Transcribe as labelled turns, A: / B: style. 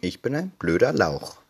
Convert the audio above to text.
A: Ich bin ein blöder Lauch.